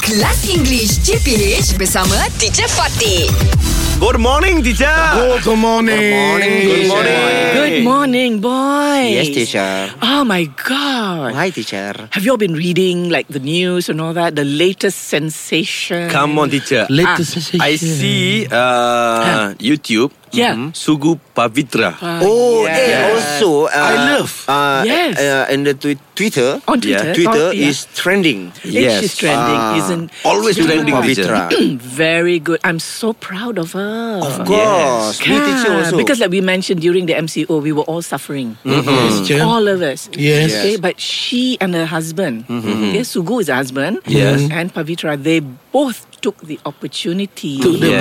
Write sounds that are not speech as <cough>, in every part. Kelas English CPH bersama Teacher Fatih. Good morning, teacher. Oh, good morning. Good morning. Good morning, boys. Yes, teacher. Oh my God. Why, teacher? Have you all been reading like the news and all that? The latest sensation. Ah, Come on, teacher. Latest sensation. I see uh, YouTube. Yeah. Mhm. Sugu Pavitra. Uh, Oh, yeah. and also, uh, I love. Uh, Yes. Uh, and the twi- Twitter. On yeah, Twitter. Twitter Oh, yeah. is trending. Yes. She's trending, Ah, isn't Always Sugu trending, Pavitra. <clears throat> Very good. I'm so proud of her. Of course, me teacher Yeah, also. Because like we mentioned during the MCO, we were all suffering. Teacher. All of us. Yes. Okay, but she and her husband, okay, Sugu is her husband, Yes. and Pavitra, they both took the opportunity, Took the to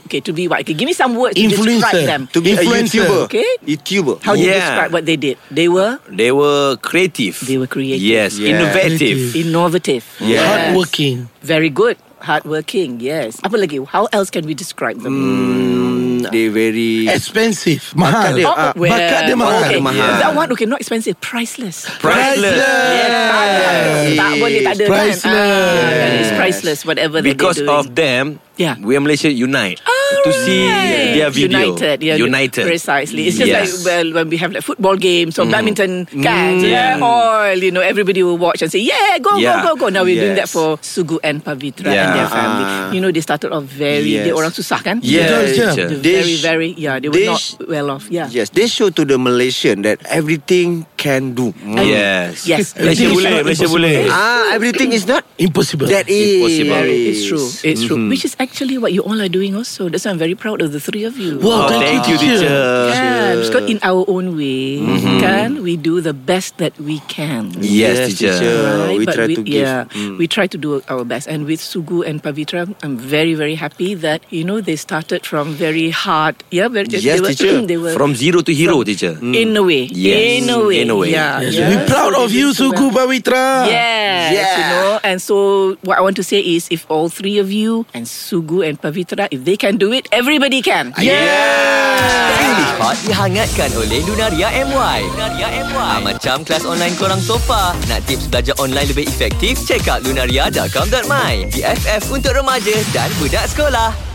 be okay, to be what? Okay, give me some words to describe Influencer. them. To be a Influencer. YouTuber. Okay. YouTuber. How do you Yeah. describe what they did? They were They were creative. They were creative. Yes, Yeah. innovative. innovative. Yes. Hardworking. Very good. Hardworking, yes. Apa lagi? How else can we describe them? Mm, they very. Expensive. Bakat dia, Mahal. Oh, ah, well, bakat dia mahal. Okay. Mahal. That one, okay, not expensive, priceless. Priceless. Yes. Tak boleh, tak ada Priceless. kan? Ah, kan? It's Yes. priceless, whatever that Because they're doing. of them, Yeah. Oh, we are Malaysia unite to see Right. their video. United, yeah, United. Precisely. It's just Yes. Mm. like well, when we have like football games or badminton games, Yeah. yeah, or you know, everybody will watch and say, yeah, go, Yeah. go, go, go. Now we're doing Yes. that for Sugu and Pavitra and Yeah. their family. Ah. You know, they started off very, they Yes. orang susah kan? Betul, Yes, teacher. teacher. They're They very, sh- very, yeah, they were they not sh- well off. Yeah. Yes, they show to the Malaysian that everything can do. Mm. Yes. Yes. Malaysia It's boleh, not Malaysia impossible. boleh. Ah, everything is not. Impossible. That is. Impossible. Very, it's true. It's true. Which is actually what you all are doing also. That's why I'm very proud of the three of you. Wow, Oh, thank you, teacher. Yeah, because in our own way, can we do the best that we can? Yes, teacher. Right, We but try we, to give. yeah, we try to do our best. And with Sugu and Pavitra, I'm very, very happy that you know they started from very hard. Yeah, very, Yes, they were, teacher. <clears throat> They were From zero to hero, teacher. in a way, Yes, in a way, in a way. Yeah, Yes. yeah. We proud So of they you, did so Sugu well. Pavitra. Yes, you Yeah. know. And so what I want to say is, if all three of you and Sugu and Pavitra, if they can do it, everybody can. English Hot dihangatkan oleh Lunaria MY. Lunaria MY. Ah, macam kelas online korang sofa. Nak tips belajar online lebih efektif? Check out lunaria.com.my. BFF untuk remaja dan budak sekolah.